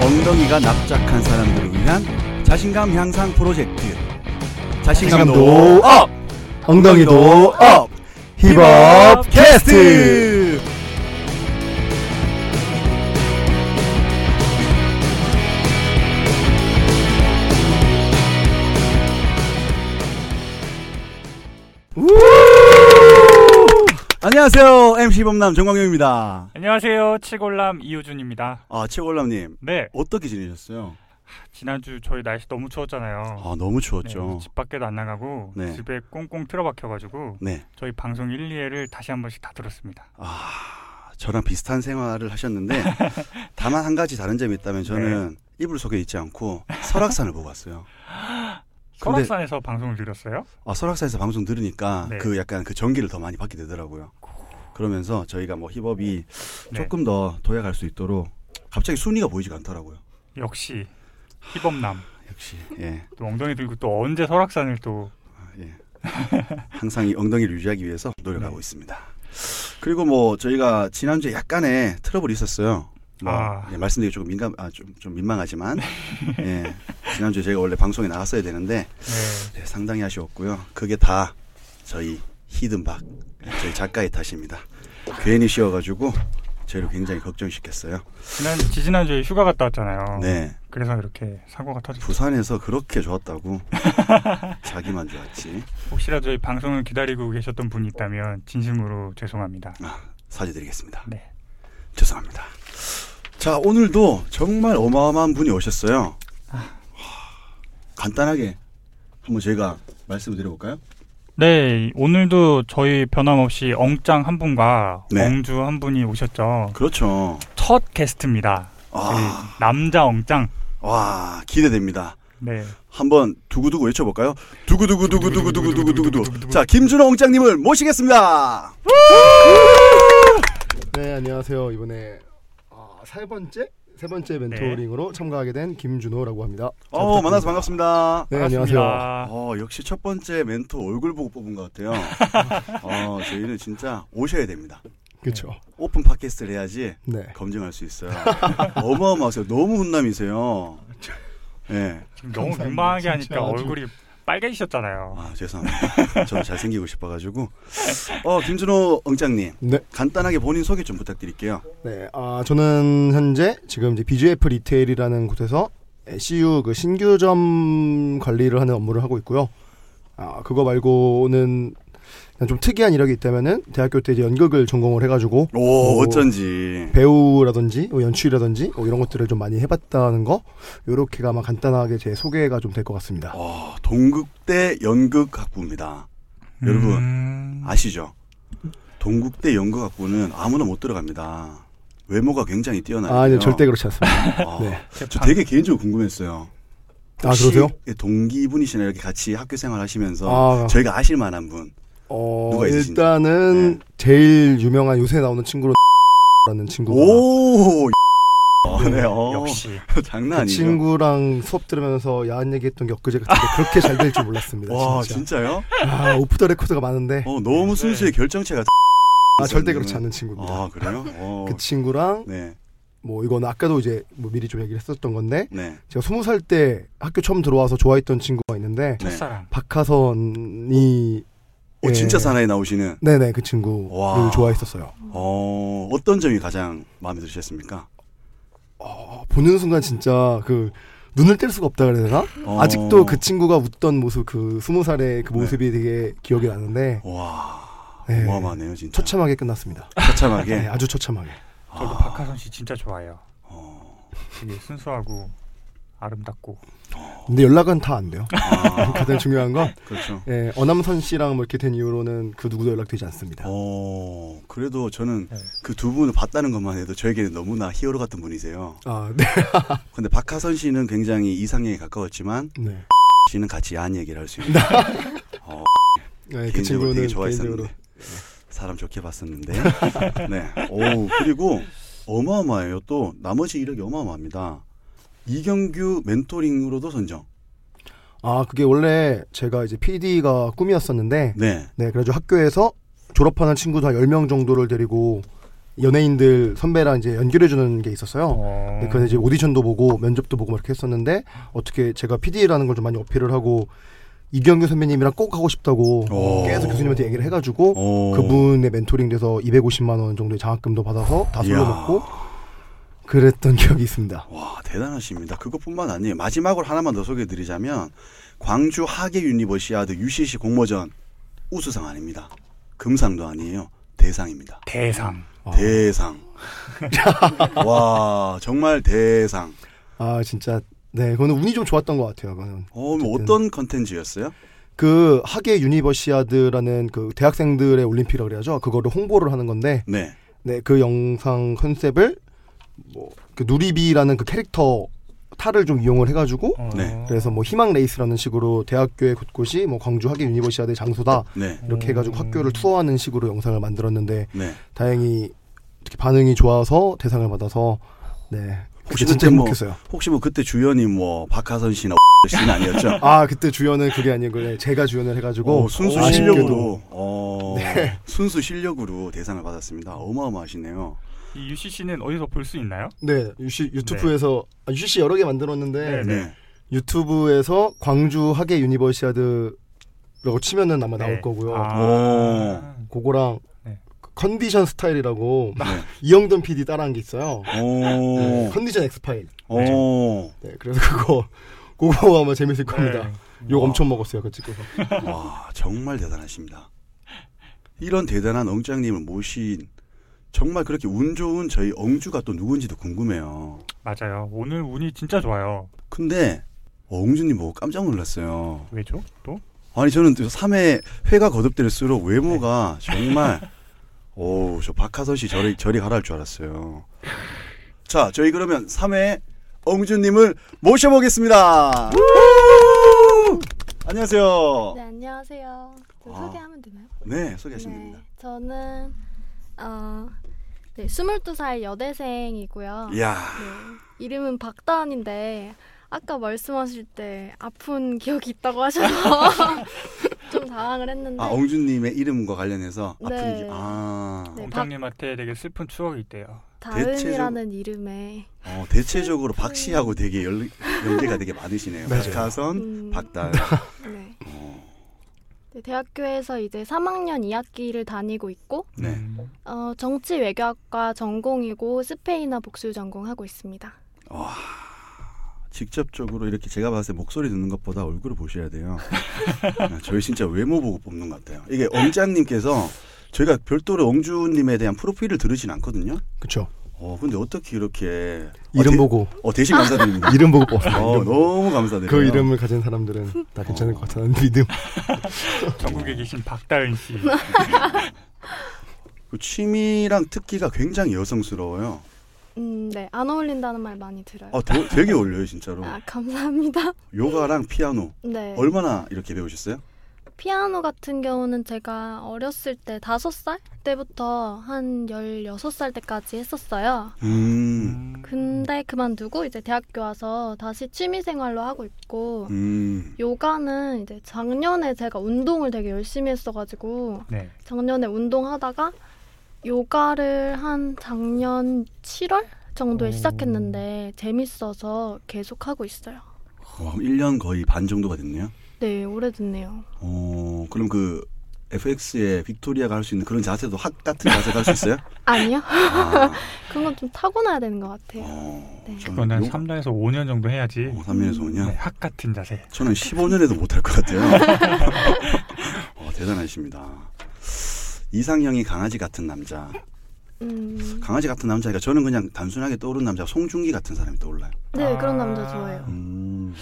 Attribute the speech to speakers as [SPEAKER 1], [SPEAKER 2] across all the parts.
[SPEAKER 1] 엉덩이가 납작한 사람들을 위한 자신감 향상 프로젝트
[SPEAKER 2] 자신감도
[SPEAKER 1] 자신감도 업!
[SPEAKER 2] 엉덩이도
[SPEAKER 1] 업!
[SPEAKER 2] 힙업 캐스트
[SPEAKER 1] 우! 안녕하세요 MC 범남 정광용입니다
[SPEAKER 3] 안녕하세요. 치골남 이우준입니다.
[SPEAKER 1] 아 최골남님
[SPEAKER 3] 네.
[SPEAKER 1] 어떻게 지내셨어요?
[SPEAKER 3] 지난주 저희 날씨 너무 추웠잖아요.
[SPEAKER 1] 아 너무
[SPEAKER 3] 네,
[SPEAKER 1] 추웠죠
[SPEAKER 3] 집 밖에도 안 나가고
[SPEAKER 1] 네.
[SPEAKER 3] 집에 꽁꽁 틀어박혀가지고
[SPEAKER 1] 네
[SPEAKER 3] 저희 방송 1, 2회를 다시 한 번씩 다 들었습니다.
[SPEAKER 1] 아, 저랑 비슷한 생활을 하셨는데 다만 한 가지 다른 점이 있다면
[SPEAKER 3] 네.
[SPEAKER 1] 저는 이불 속에 있지 않고 설악산을 보고 왔어요 근데-
[SPEAKER 3] 설악산에서 방송을 들었어요.
[SPEAKER 1] 아, 설악산에서 방송 들으니까
[SPEAKER 3] 네.
[SPEAKER 1] 그 약간 그 전기를 더 많이 받게 되더라고요. 그러면서 저희가 뭐 힙업이
[SPEAKER 3] 네.
[SPEAKER 1] 조금 더 도약할 수 있도록 갑자기 순위가 보이지가 않더라고요.
[SPEAKER 3] 역시 희범남.
[SPEAKER 1] 역시 예,
[SPEAKER 3] 또 엉덩이 들고 또 언제 설악산을 또
[SPEAKER 1] 아, 예. 항상 이 엉덩이를 유지하기 위해서 노력하고
[SPEAKER 3] 네.
[SPEAKER 1] 있습니다. 그리고 뭐 저희가 지난주에 약간의 트러블이 있었어요. 뭐
[SPEAKER 3] 아.
[SPEAKER 1] 예, 말씀드리기 조금 민감, 아, 좀, 좀 민망하지만 예, 지난주에 저희가 원래 방송에 나갔어야 되는데
[SPEAKER 3] 네.
[SPEAKER 1] 네, 상당히 아쉬웠고요. 그게 다 저희 히든박 저희 작가의 탓입니다. 괜히 쉬어가지고 저희를 굉장히 걱정시켰어요.
[SPEAKER 3] 지난 지지난 주에 휴가 갔다 왔잖아요.
[SPEAKER 1] 네,
[SPEAKER 3] 그래서 이렇게 사고가 터졌죠.
[SPEAKER 1] 부산에서 그렇게 좋았다고 자기만 좋았지
[SPEAKER 3] 혹시라도 저희 방송을 기다리고 계셨던 분이 있다면 진심으로 죄송합니다.
[SPEAKER 1] 사죄드리겠습니다.
[SPEAKER 3] 네.
[SPEAKER 1] 죄송합니다. 자 오늘도 정말 어마어마한 분이 오셨어요. 간단하게 한번 저희가 말씀을 드려볼까요?
[SPEAKER 3] 네, 오늘도 저희 변함없이 엉짱 한 분과
[SPEAKER 1] 네.
[SPEAKER 3] 엉주 한 분이 오셨죠.
[SPEAKER 1] 그렇죠.
[SPEAKER 3] 첫 게스트입니다.
[SPEAKER 1] 아,
[SPEAKER 3] 저희 남자 엉짱.
[SPEAKER 1] 와 기대됩니다.
[SPEAKER 3] 네.
[SPEAKER 1] 한번 두구두구 외쳐볼까요? 두구두구 두구두구 두구두구 두구두구. 자 김준호 옹장님을 모시겠습니다. 어,
[SPEAKER 2] 네 안녕하세요 이번에 아, 세 번째 세 번째 멘토링으로 참가하게 된 김준호라고 합니다. 잘
[SPEAKER 1] 네. 어 만나서
[SPEAKER 2] 부탁드립니다.
[SPEAKER 1] 반갑습니다.
[SPEAKER 2] 네
[SPEAKER 3] 반갑습니다.
[SPEAKER 2] 안녕하세요.
[SPEAKER 1] 어 역시 첫 번째 멘토 얼굴 보고 뽑은 것 같아요. 어 저희는 진짜 오셔야 됩니다.
[SPEAKER 2] 그렇죠.
[SPEAKER 1] 오픈 팟캐스트를 해야지
[SPEAKER 2] 네
[SPEAKER 1] 검증할 수 있어요. 어마어마하세요. 너무 훈남이세요. 예.
[SPEAKER 3] 지금 너무
[SPEAKER 2] 감사합니다.
[SPEAKER 3] 민망하게
[SPEAKER 2] 진짜
[SPEAKER 3] 하니까
[SPEAKER 2] 아주-
[SPEAKER 3] 얼굴이 빨개지셨잖아요.
[SPEAKER 1] 아 죄송합니다. 저는 잘생기고 싶어가지고. 어 김준호 엉장님
[SPEAKER 2] 네.
[SPEAKER 1] 간단하게 본인 소개 좀 부탁드릴게요.
[SPEAKER 2] 네, 아 저는 현재 지금 이제 BGF 리테일이라는 곳에서 CU 그 신규점 관리를 하는 업무를 하고 있고요. 아 그거 말고는 그냥 좀 특이한 이력이 있다면은 대학교 때 이제 연극을 전공을 해가지고
[SPEAKER 1] 오
[SPEAKER 2] 오.
[SPEAKER 1] 어쩐지.
[SPEAKER 2] 배우라든지 뭐 연출이라든지 뭐 이런 것들을 좀 많이 해봤다는 거 요렇게가 아마 간단하게 제 소개가 좀 될 것 같습니다.
[SPEAKER 1] 어, 동국대 연극학부입니다. 여러분,
[SPEAKER 3] 음,
[SPEAKER 1] 아시죠? 동국대 연극학부는 아무나 못 들어갑니다. 외모가 굉장히 뛰어나요.
[SPEAKER 2] 아, 네, 절대 그렇지 않습니다.
[SPEAKER 1] 아,
[SPEAKER 2] 네.
[SPEAKER 3] 제
[SPEAKER 1] 저
[SPEAKER 3] 방-
[SPEAKER 1] 되게 개인적으로 궁금했어요.
[SPEAKER 2] 아
[SPEAKER 1] 혹시
[SPEAKER 2] 그러세요?
[SPEAKER 1] 동기분이시나 이렇게 같이 학교 생활하시면서
[SPEAKER 2] 아,
[SPEAKER 1] 어, 저희가 아실 만한 분.
[SPEAKER 2] 어
[SPEAKER 1] 누가 있으신지. 네.
[SPEAKER 2] 일단은 제일 유명한 요새 나오는 친구로 라는 네, 친구.
[SPEAKER 1] 오, 어, 네, 어,
[SPEAKER 3] 역시
[SPEAKER 1] 장난
[SPEAKER 2] 그
[SPEAKER 1] 아니죠.
[SPEAKER 2] 친구랑 수업 들으면서 야한 얘기했던 게 엊그제 같은데 그렇게 잘 될 줄 몰랐습니다.
[SPEAKER 1] 와,
[SPEAKER 2] 진짜.
[SPEAKER 1] 진짜. 요
[SPEAKER 2] 아, 오프 더 레코드가 많은데
[SPEAKER 1] 어, 너무
[SPEAKER 3] 네.
[SPEAKER 1] 순수의 결정체가.
[SPEAKER 2] 아, 절대 그렇지 않은 친구입니다.
[SPEAKER 1] 아, 그래요? 어,
[SPEAKER 2] 그 친구랑
[SPEAKER 1] 네,
[SPEAKER 2] 뭐 이건 아까도 이제 뭐 미리 좀 얘기를 했었던 건데
[SPEAKER 1] 네,
[SPEAKER 2] 제가 스무 살 때 학교 처음 들어와서 좋아했던 친구가
[SPEAKER 1] 네.
[SPEAKER 2] 있는데
[SPEAKER 3] 첫사랑.
[SPEAKER 2] 박하선이
[SPEAKER 1] 어,
[SPEAKER 2] 예.
[SPEAKER 1] 진짜 사나이 나오시는.
[SPEAKER 2] 네네 그 친구를
[SPEAKER 1] 와.
[SPEAKER 2] 좋아했었어요.
[SPEAKER 1] 어, 어떤 점이 가장 마음에 드셨습니까?
[SPEAKER 2] 어, 보는 순간 진짜 그 눈을 뗄 수가 없다 그래야 되나?
[SPEAKER 1] 어.
[SPEAKER 2] 아직도 그 친구가 웃던 모습 그 스무 살의 그 모습이 되게 기억이 나는데
[SPEAKER 1] 와,
[SPEAKER 2] 네.
[SPEAKER 1] 네. 어마어마하네요, 예. 진짜.
[SPEAKER 2] 처참하게 끝났습니다.
[SPEAKER 1] 처참하게.
[SPEAKER 2] 네, 아주 처참하게.
[SPEAKER 3] 저도
[SPEAKER 1] 아.
[SPEAKER 3] 박하선 씨 진짜 좋아해요.
[SPEAKER 1] 어,
[SPEAKER 3] 되게 순수하고 아름답고.
[SPEAKER 2] 근데 연락은 다안 돼요.
[SPEAKER 1] 아,
[SPEAKER 2] 가장 중요한 건
[SPEAKER 1] 그렇죠.
[SPEAKER 2] 예, 어남선 씨랑 뭐 이렇게 된 이후로는 그 누구도 연락되지 않습니다.
[SPEAKER 1] 어, 그래도 저는
[SPEAKER 3] 네.
[SPEAKER 1] 그 두 분을 봤다는 것만 해도 저에게는 너무나 히어로 같은 분이세요.
[SPEAKER 2] 아 네.
[SPEAKER 1] 근데 박하선 씨는 굉장히 이상형에 가까웠지만
[SPEAKER 2] 네.
[SPEAKER 1] 씨는 같이 야한 얘기를 할 수 있는 어,
[SPEAKER 2] 네, 그
[SPEAKER 1] 개인적으로 되게
[SPEAKER 2] 친구는
[SPEAKER 1] 좋아했었는데
[SPEAKER 2] 개인적으로
[SPEAKER 1] 사람 좋게 봤었는데 네. 오 그리고 어마어마해요. 또 나머지 이력이 어마어마합니다. 이경규 멘토링으로도 선정.
[SPEAKER 2] 아 그게 원래 제가 이제 PD가 꿈이었었는데
[SPEAKER 1] 네.
[SPEAKER 2] 네, 그래가지고 학교에서 졸업하는 친구들 한 10명 정도를 데리고 연예인들 선배랑 이제 연결해 주는 게 있었어요.
[SPEAKER 3] 어.
[SPEAKER 2] 근데 그래서 이제 오디션도 보고 면접도 보고 막 이렇게 했었는데 어떻게 제가 PD라는 걸 좀 많이 어필을 하고 이경규 선배님이랑 꼭 하고 싶다고
[SPEAKER 1] 오.
[SPEAKER 2] 계속 교수님한테 얘기를 해가지고
[SPEAKER 1] 오.
[SPEAKER 2] 그분의 멘토링 돼서 250만 원 정도의 장학금도 받아서 다
[SPEAKER 1] 이야.
[SPEAKER 2] 술러먹고 그랬던 기억이 있습니다.
[SPEAKER 1] 와 대단하십니다. 그것뿐만 아니에요. 마지막으로 하나만 더 소개해드리자면 광주 하계 유니버시아드 UCC 공모전 우수상 아닙니다. 금상도 아니에요. 대상입니다.
[SPEAKER 3] 대상.
[SPEAKER 2] 아,
[SPEAKER 1] 대상. 와 정말 대상.
[SPEAKER 2] 아, 진짜 네 그거는 운이 좀 좋았던 것 같아요. 그거는
[SPEAKER 1] 어, 뭐
[SPEAKER 2] 어쨌든.
[SPEAKER 1] 어떤 컨텐츠였어요?
[SPEAKER 2] 그 하계 유니버시아드라는 그 대학생들의 올림픽이라고 그래야죠. 그거를 홍보를 하는 건데
[SPEAKER 1] 네.
[SPEAKER 2] 네 그 영상 컨셉을 뭐그 누리비라는 그 캐릭터 탈을 좀 이용을 해가지고
[SPEAKER 3] 어.
[SPEAKER 1] 네.
[SPEAKER 2] 그래서 뭐 희망 레이스라는 식으로 대학교의 곳곳이 뭐 광주 하계 유니버시아드 의 장소다
[SPEAKER 1] 네.
[SPEAKER 2] 이렇게 해가지고
[SPEAKER 3] 음.
[SPEAKER 2] 학교를 투어하는 식으로 영상을 만들었는데
[SPEAKER 1] 네.
[SPEAKER 2] 다행히 특히 반응이 좋아서 대상을 받아서 네
[SPEAKER 1] 혹시
[SPEAKER 2] 그게 진짜
[SPEAKER 1] 그때 뭐-
[SPEAKER 2] 행복했어요.
[SPEAKER 1] 혹시 뭐 그때 주연이 뭐 박하선 씨나 씨는 아니었죠?
[SPEAKER 2] 아 그때 주연은 그게 아니고 네, 제가 주연을 해가지고
[SPEAKER 1] 어, 순수
[SPEAKER 2] 아쉽게도 네.
[SPEAKER 1] 실력으로 어, 순수 실력으로 대상을 받았습니다. 어마어마하시네요.
[SPEAKER 3] 이 UCC는 어디서 볼 수 있나요?
[SPEAKER 2] 네 유시, 유튜브에서 아, 유시 여러 개 만들었는데
[SPEAKER 3] 네.
[SPEAKER 1] 네.
[SPEAKER 2] 유튜브에서 광주 하계 유니버시아드라고 치면은 아마 나올
[SPEAKER 3] 네.
[SPEAKER 2] 거고요.
[SPEAKER 3] 아.
[SPEAKER 1] 오.
[SPEAKER 2] 그거랑
[SPEAKER 3] 네.
[SPEAKER 2] 그 컨디션 스타일이라고
[SPEAKER 1] 네.
[SPEAKER 2] 이영돈 PD 따라한 게 있어요.
[SPEAKER 1] 오.
[SPEAKER 2] 컨디션 X 파일.
[SPEAKER 1] 어. 오.
[SPEAKER 2] 네 그래서 그거 그거 아마 재밌을 겁니다.
[SPEAKER 3] 네.
[SPEAKER 2] 욕 엄청 먹었어요 그 찍고서.
[SPEAKER 1] 와, 정말 대단하십니다. 이런 대단한 엉짱님을 모신 정말 그렇게 운 좋은 저희 엉주가 또 누군지도 궁금해요.
[SPEAKER 3] 맞아요. 오늘 운이 진짜 좋아요.
[SPEAKER 1] 근데 어, 엉주님 보고 깜짝 놀랐어요.
[SPEAKER 3] 왜죠? 또?
[SPEAKER 1] 아니 저는 3회 회가 거듭될수록 외모가 정말 오우 저 박하선 씨 저리 저리 가라 할 줄 알았어요. 자 저희 그러면 3회 엉주님을 모셔보겠습니다. 우! 안녕하세요.
[SPEAKER 4] 네, 안녕하세요. 저
[SPEAKER 1] 아.
[SPEAKER 4] 소개하면 되나요?
[SPEAKER 1] 네 소개하시면 됩니다.
[SPEAKER 4] 저는 어, 네, 22살 여대생이고요.
[SPEAKER 1] 이야
[SPEAKER 4] 네, 이름은 박다은인데 아까 말씀하실 때 아픈 기억이 있다고 하셔서 좀 당황을 했는데
[SPEAKER 1] 아 엉주님의 이름과 관련해서 아픈
[SPEAKER 4] 네.
[SPEAKER 1] 기- 아
[SPEAKER 4] 네, 박
[SPEAKER 3] 공장님한테 되게 슬픈 추억이 있대요.
[SPEAKER 4] 다은이라는 이름에
[SPEAKER 1] 어, 대체적으로
[SPEAKER 4] 네.
[SPEAKER 1] 박 씨하고 되게 연, 연계가 되게 많으시네요.
[SPEAKER 2] 맞아요.
[SPEAKER 1] 박하선
[SPEAKER 4] 음,
[SPEAKER 1] 박다은.
[SPEAKER 4] 네.
[SPEAKER 1] 어,
[SPEAKER 4] 네, 대학교에서 이제 3학년 2학기를 다니고 있고
[SPEAKER 1] 네.
[SPEAKER 3] 음.
[SPEAKER 4] 어, 정치 외교학과 전공이고 스페인어 복수 전공하고 있습니다.
[SPEAKER 1] 직접적으로 이렇게 제가 봤을 때 목소리 듣는 것보다 얼굴을 보셔야 돼요. 네, 저희 진짜 외모 보고 뽑는 것 같아요. 이게 엉장님께서 저희가 별도로 엉주님에 대한 프로필을 들으진 않거든요.
[SPEAKER 2] 그렇죠.
[SPEAKER 1] 어, 근데 어떻게 이렇게
[SPEAKER 2] 이름
[SPEAKER 1] 어, 대-
[SPEAKER 2] 보고
[SPEAKER 1] 어, 대신 감사드립니다.
[SPEAKER 2] 이름 보고 뽑았습니다.
[SPEAKER 1] 어,
[SPEAKER 2] 이름 어. 보고.
[SPEAKER 1] 너무 네. 감사드려요.
[SPEAKER 2] 그 이름을 가진 사람들은 다 괜찮을 것 같다는 믿음.
[SPEAKER 3] 전국에 계신 박다은 씨.
[SPEAKER 1] 그 취미랑 특기가 굉장히 여성스러워요.
[SPEAKER 4] 음, 네. 안 어울린다는 말 많이 들어요.
[SPEAKER 1] 아, 되- 되게 어울려요, 진짜로.
[SPEAKER 4] 아, 감사합니다.
[SPEAKER 1] 요가랑 피아노
[SPEAKER 4] 네.
[SPEAKER 1] 얼마나 이렇게 배우셨어요?
[SPEAKER 4] 피아노 같은 경우는 제가 어렸을 때 다섯 살 때부터 한 16살 때까지 했었어요.
[SPEAKER 1] 음,
[SPEAKER 3] 음.
[SPEAKER 4] 근데 그만두고 이제 대학교 와서 다시 취미 생활로 하고 있고
[SPEAKER 1] 음,
[SPEAKER 4] 요가는 이제 작년에 제가 운동을 되게 열심히 했어가지고
[SPEAKER 3] 네.
[SPEAKER 4] 작년에 운동하다가 요가를 한 작년 7월 정도에
[SPEAKER 3] 오.
[SPEAKER 4] 시작했는데 재밌어서 계속 하고 있어요.
[SPEAKER 1] 와, 1년 거의 반 정도가 됐네요.
[SPEAKER 4] 네, 오래됐네요.
[SPEAKER 1] 어, 그럼 그 FX의 빅토리아가 할 수 있는 그런 자세도 학 같은 자세가 할 수 있어요?
[SPEAKER 4] 아니요?
[SPEAKER 1] 아,
[SPEAKER 4] 그런 건 좀 타고나야 되는 것 같아요.
[SPEAKER 1] 어,
[SPEAKER 4] 네.
[SPEAKER 1] 저는
[SPEAKER 3] 그거는
[SPEAKER 1] 요-
[SPEAKER 3] 3년에서 5년 정도 해야지.
[SPEAKER 1] 어, 3년에서 5년?
[SPEAKER 3] 네, 학 같은 자세.
[SPEAKER 1] 저는 15년에도 못할 것 같아요. 어, 대단하십니다. 이상형이 강아지 같은 남자.
[SPEAKER 4] 음,
[SPEAKER 1] 강아지 같은 남자니까 저는 그냥 단순하게 떠오른 남자 송중기 같은 사람이 떠올라요.
[SPEAKER 4] 네,
[SPEAKER 3] 아.
[SPEAKER 4] 그런 남자 좋아해요.
[SPEAKER 1] 음,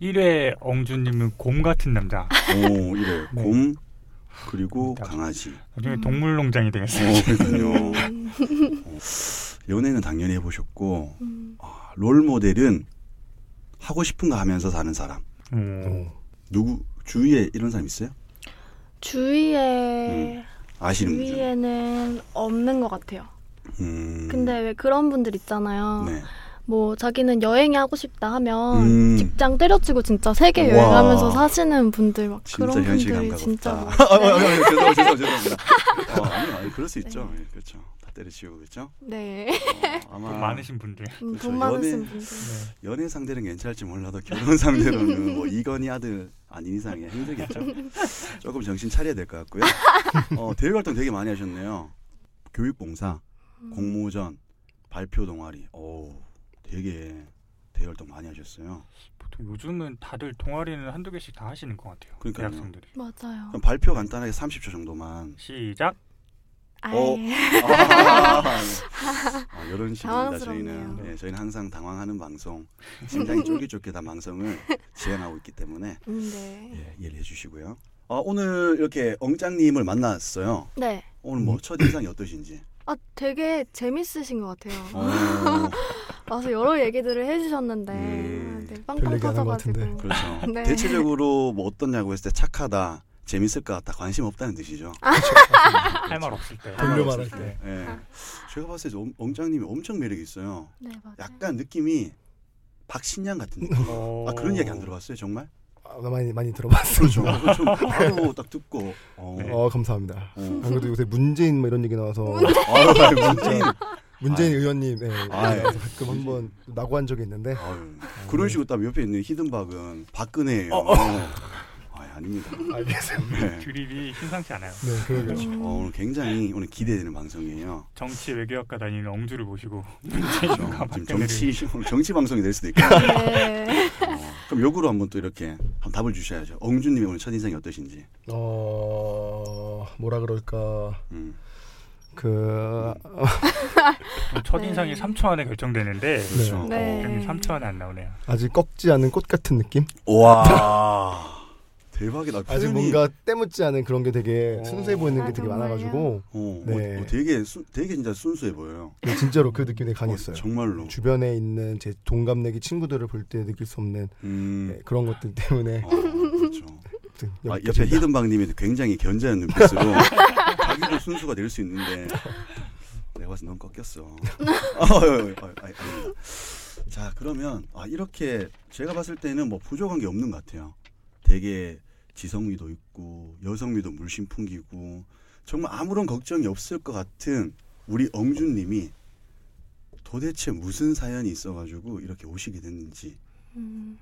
[SPEAKER 3] 1회 엉주님은 곰 같은 남자.
[SPEAKER 1] 오, 이래.
[SPEAKER 3] 네. 음,
[SPEAKER 1] 곰, 그리고 강아지.
[SPEAKER 3] 나중에 동물농장이 되겠어요.
[SPEAKER 1] 어, 그러니까요.
[SPEAKER 4] 음,
[SPEAKER 1] 연애는 당연히 해보셨고,
[SPEAKER 4] 음.
[SPEAKER 1] 아, 롤 모델은 하고 싶은 거 하면서 사는 사람. 네.
[SPEAKER 3] 음.
[SPEAKER 2] 어.
[SPEAKER 1] 누구 주위에 이런 사람 있어요? 음.
[SPEAKER 4] 주위에
[SPEAKER 1] 아시는 분 중에.
[SPEAKER 4] 주위에는 없는 것 같아요.
[SPEAKER 1] 음.
[SPEAKER 4] 근데 왜 그런 분들 있잖아요.
[SPEAKER 1] 네.
[SPEAKER 4] 뭐 자기는 여행이 하고 싶다 하면
[SPEAKER 1] 음.
[SPEAKER 4] 직장 때려치고 진짜 세계
[SPEAKER 1] 와.
[SPEAKER 4] 여행하면서 사시는 분들 막
[SPEAKER 1] 진짜
[SPEAKER 4] 그런
[SPEAKER 1] 현실
[SPEAKER 4] 분들이
[SPEAKER 1] 감각
[SPEAKER 4] 진짜
[SPEAKER 1] 없다.
[SPEAKER 4] 뭐-
[SPEAKER 1] 아, 아니, 아니, 아니, 죄송, 죄송, 죄송합니다. 어, 아니, 아니, 그럴 수 있죠. 예, 그렇죠. 다 때려치우고 그렇죠.
[SPEAKER 4] 네.
[SPEAKER 1] 어,
[SPEAKER 3] 돈
[SPEAKER 1] 아마
[SPEAKER 3] 많으신 분들. 네.
[SPEAKER 4] 음,
[SPEAKER 1] 그렇죠.
[SPEAKER 4] 돈 많으신
[SPEAKER 1] 연애-
[SPEAKER 4] 분들.
[SPEAKER 1] 연애 상대는 괜찮을지 몰라도 결혼 상대로는 뭐 이건희 아들 아닌 이상이 힘들겠죠. 조금 정신 차려야 될 것 같고요. 어, 대외 활동 되게 많이 하셨네요. 교육봉사,
[SPEAKER 4] 음.
[SPEAKER 1] 공모전, 발표 동아리. 오, 되게 대외 활동 많이 하셨어요.
[SPEAKER 3] 보통 요즘은 다들 동아리는 한두 개씩 다 하시는 것 같아요.
[SPEAKER 1] 그러니까요.
[SPEAKER 3] 대학생들이.
[SPEAKER 4] 맞아요.
[SPEAKER 1] 그럼 발표 간단하게 30초 정도만.
[SPEAKER 3] 시작.
[SPEAKER 4] 아예.
[SPEAKER 1] 어. 아, 아, 이런 식입니다.
[SPEAKER 4] 당황스럽네요.
[SPEAKER 1] 저희는 예, 저희는 항상 당황하는 방송, 심장이 쫄깃쫄깃한 방송을 진행하고 있기 때문에
[SPEAKER 4] 음, 네.
[SPEAKER 1] 예, 이해를 해주시고요. 아, 오늘 이렇게 엉짱님을 만났어요.
[SPEAKER 4] 네.
[SPEAKER 1] 오늘 뭐 첫 인상이 어떠신지.
[SPEAKER 4] 아 되게 재밌으신 것 같아요.
[SPEAKER 1] 어,
[SPEAKER 4] 와서 여러 얘기들을 해주셨는데
[SPEAKER 1] 음.
[SPEAKER 4] 네,
[SPEAKER 2] 별
[SPEAKER 4] 빵빵
[SPEAKER 2] 얘기 안한것
[SPEAKER 4] 터져가지고.
[SPEAKER 1] 그렇죠.
[SPEAKER 4] 네.
[SPEAKER 1] 대체적으로 뭐 어떻냐고 했을 때 착하다, 재밌을 것 같다, 관심 없다는 뜻이죠. 그렇죠?
[SPEAKER 3] 할 말 없을 때.
[SPEAKER 2] 돌려 말할 때.
[SPEAKER 3] 네.
[SPEAKER 1] 예. 제가 봤을 때 엉- 엉짱님이 엄청 매력 이 있어요.
[SPEAKER 4] 네 맞아요.
[SPEAKER 1] 약간 느낌이 박신양 같은 느낌.
[SPEAKER 3] 어.
[SPEAKER 1] 아 그런 이야기 안 들어봤어요 정말?
[SPEAKER 2] 아, 나 많이 많이 들어봤어요.
[SPEAKER 1] 그렇죠. 좀 바로 딱 듣고. 어.
[SPEAKER 3] 네.
[SPEAKER 2] 어 감사합니다.
[SPEAKER 1] 어.
[SPEAKER 2] 안 그래도 요새 문재인 뭐 이런 얘기 나와서
[SPEAKER 1] 아유, 문재인.
[SPEAKER 2] 문재인 의원님 예,
[SPEAKER 1] 아, 예.
[SPEAKER 2] 가끔 한번 나고한 적이 있는데
[SPEAKER 1] 아유, 그런 식으로 딱 옆에 있는 히든박은 박근혜예요.
[SPEAKER 3] 어,
[SPEAKER 1] 아, 아닙니다.
[SPEAKER 2] 알겠어요.
[SPEAKER 1] 네.
[SPEAKER 3] 드립이 심상치 않아요.
[SPEAKER 2] 네, 그러게요.
[SPEAKER 1] 어,
[SPEAKER 4] 음,
[SPEAKER 1] 오늘 굉장히 오늘 기대되는 방송이에요.
[SPEAKER 3] 정치 외교학과 다니는 엉주를 모시고
[SPEAKER 1] 그렇죠?
[SPEAKER 3] 문재인과
[SPEAKER 1] 지금
[SPEAKER 3] 박근혜를
[SPEAKER 1] 정치 정치 방송이 될 수도 있고.
[SPEAKER 4] 네.
[SPEAKER 1] 어, 그럼 요구로 한번 또 이렇게 한번 답을 주셔야죠. 엉준님의 오늘 첫 인상이 어떠신지.
[SPEAKER 2] 어 뭐라 그럴까
[SPEAKER 1] 음.
[SPEAKER 2] 그
[SPEAKER 3] 첫 인상이 3초 안에 결정되는데
[SPEAKER 1] 그렇죠.
[SPEAKER 4] 네.
[SPEAKER 3] 결정이 3초 안에 안 나오네요.
[SPEAKER 2] 아직 꺾지 않은 꽃 같은 느낌?
[SPEAKER 1] 어. 와 대박이다.
[SPEAKER 2] 아직
[SPEAKER 1] 표현이-
[SPEAKER 2] 뭔가 때묻지 않은 그런 게 되게
[SPEAKER 3] 어.
[SPEAKER 2] 순수해 보이는 게
[SPEAKER 4] 아,
[SPEAKER 2] 되게
[SPEAKER 4] 정말요?
[SPEAKER 2] 많아가지고
[SPEAKER 1] 어,
[SPEAKER 2] 네.
[SPEAKER 1] 어, 되게 순, 되게 진짜 순수해 보여요.
[SPEAKER 2] 네, 진짜로 그 느낌이 되게 강했어요.
[SPEAKER 1] 어, 정말로.
[SPEAKER 2] 주변에 있는 제 동갑내기 친구들을 볼 때 느낄 수 없는
[SPEAKER 1] 음.
[SPEAKER 2] 네, 그런 것들 때문에
[SPEAKER 1] 어, 그렇죠.
[SPEAKER 2] 아무튼
[SPEAKER 1] 아,
[SPEAKER 2] 여기까지입니다.
[SPEAKER 1] 옆에 히든방님이 굉장히 견제한 눈빛으로 자기도 순수가 될 수 있는데 내가 봐서 넌 꺾였어. 아, 아, 아, 아, 아닙니다. 자 그러면 아, 이렇게 제가 봤을 때는 뭐 부족한 게 없는 것 같아요. 되게 지성미도 있고 여성미도 물씬 풍기고 정말 아무런 걱정이 없을 것 같은 우리 엄준님이 도대체 무슨 사연이 있어가지고 이렇게 오시게 됐는지
[SPEAKER 4] 음.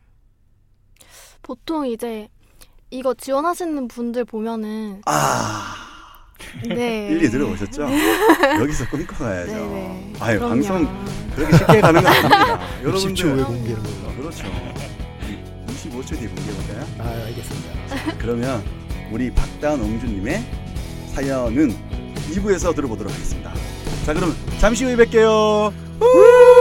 [SPEAKER 4] 보통 이제 이거 지원하시는 분들 보면은
[SPEAKER 1] 아
[SPEAKER 4] 네.
[SPEAKER 1] 일리 들어보셨죠? 여기서 끊고 가야죠.
[SPEAKER 4] 네네.
[SPEAKER 1] 아유
[SPEAKER 4] 그럼요.
[SPEAKER 1] 방송 그렇게 쉽게 가는 거 아닙니다.
[SPEAKER 2] 60초 후에
[SPEAKER 1] 여러분들
[SPEAKER 4] 네.
[SPEAKER 2] 공개하는 걸로.
[SPEAKER 1] 아, 그렇죠. 25초 뒤에 공개해볼까요?
[SPEAKER 2] 아 알겠습니다.
[SPEAKER 1] 그러면 우리 박다은 옹주님의 사연은 2부에서 들어보도록 하겠습니다. 자 그럼 잠시 후에 뵐게요. 우!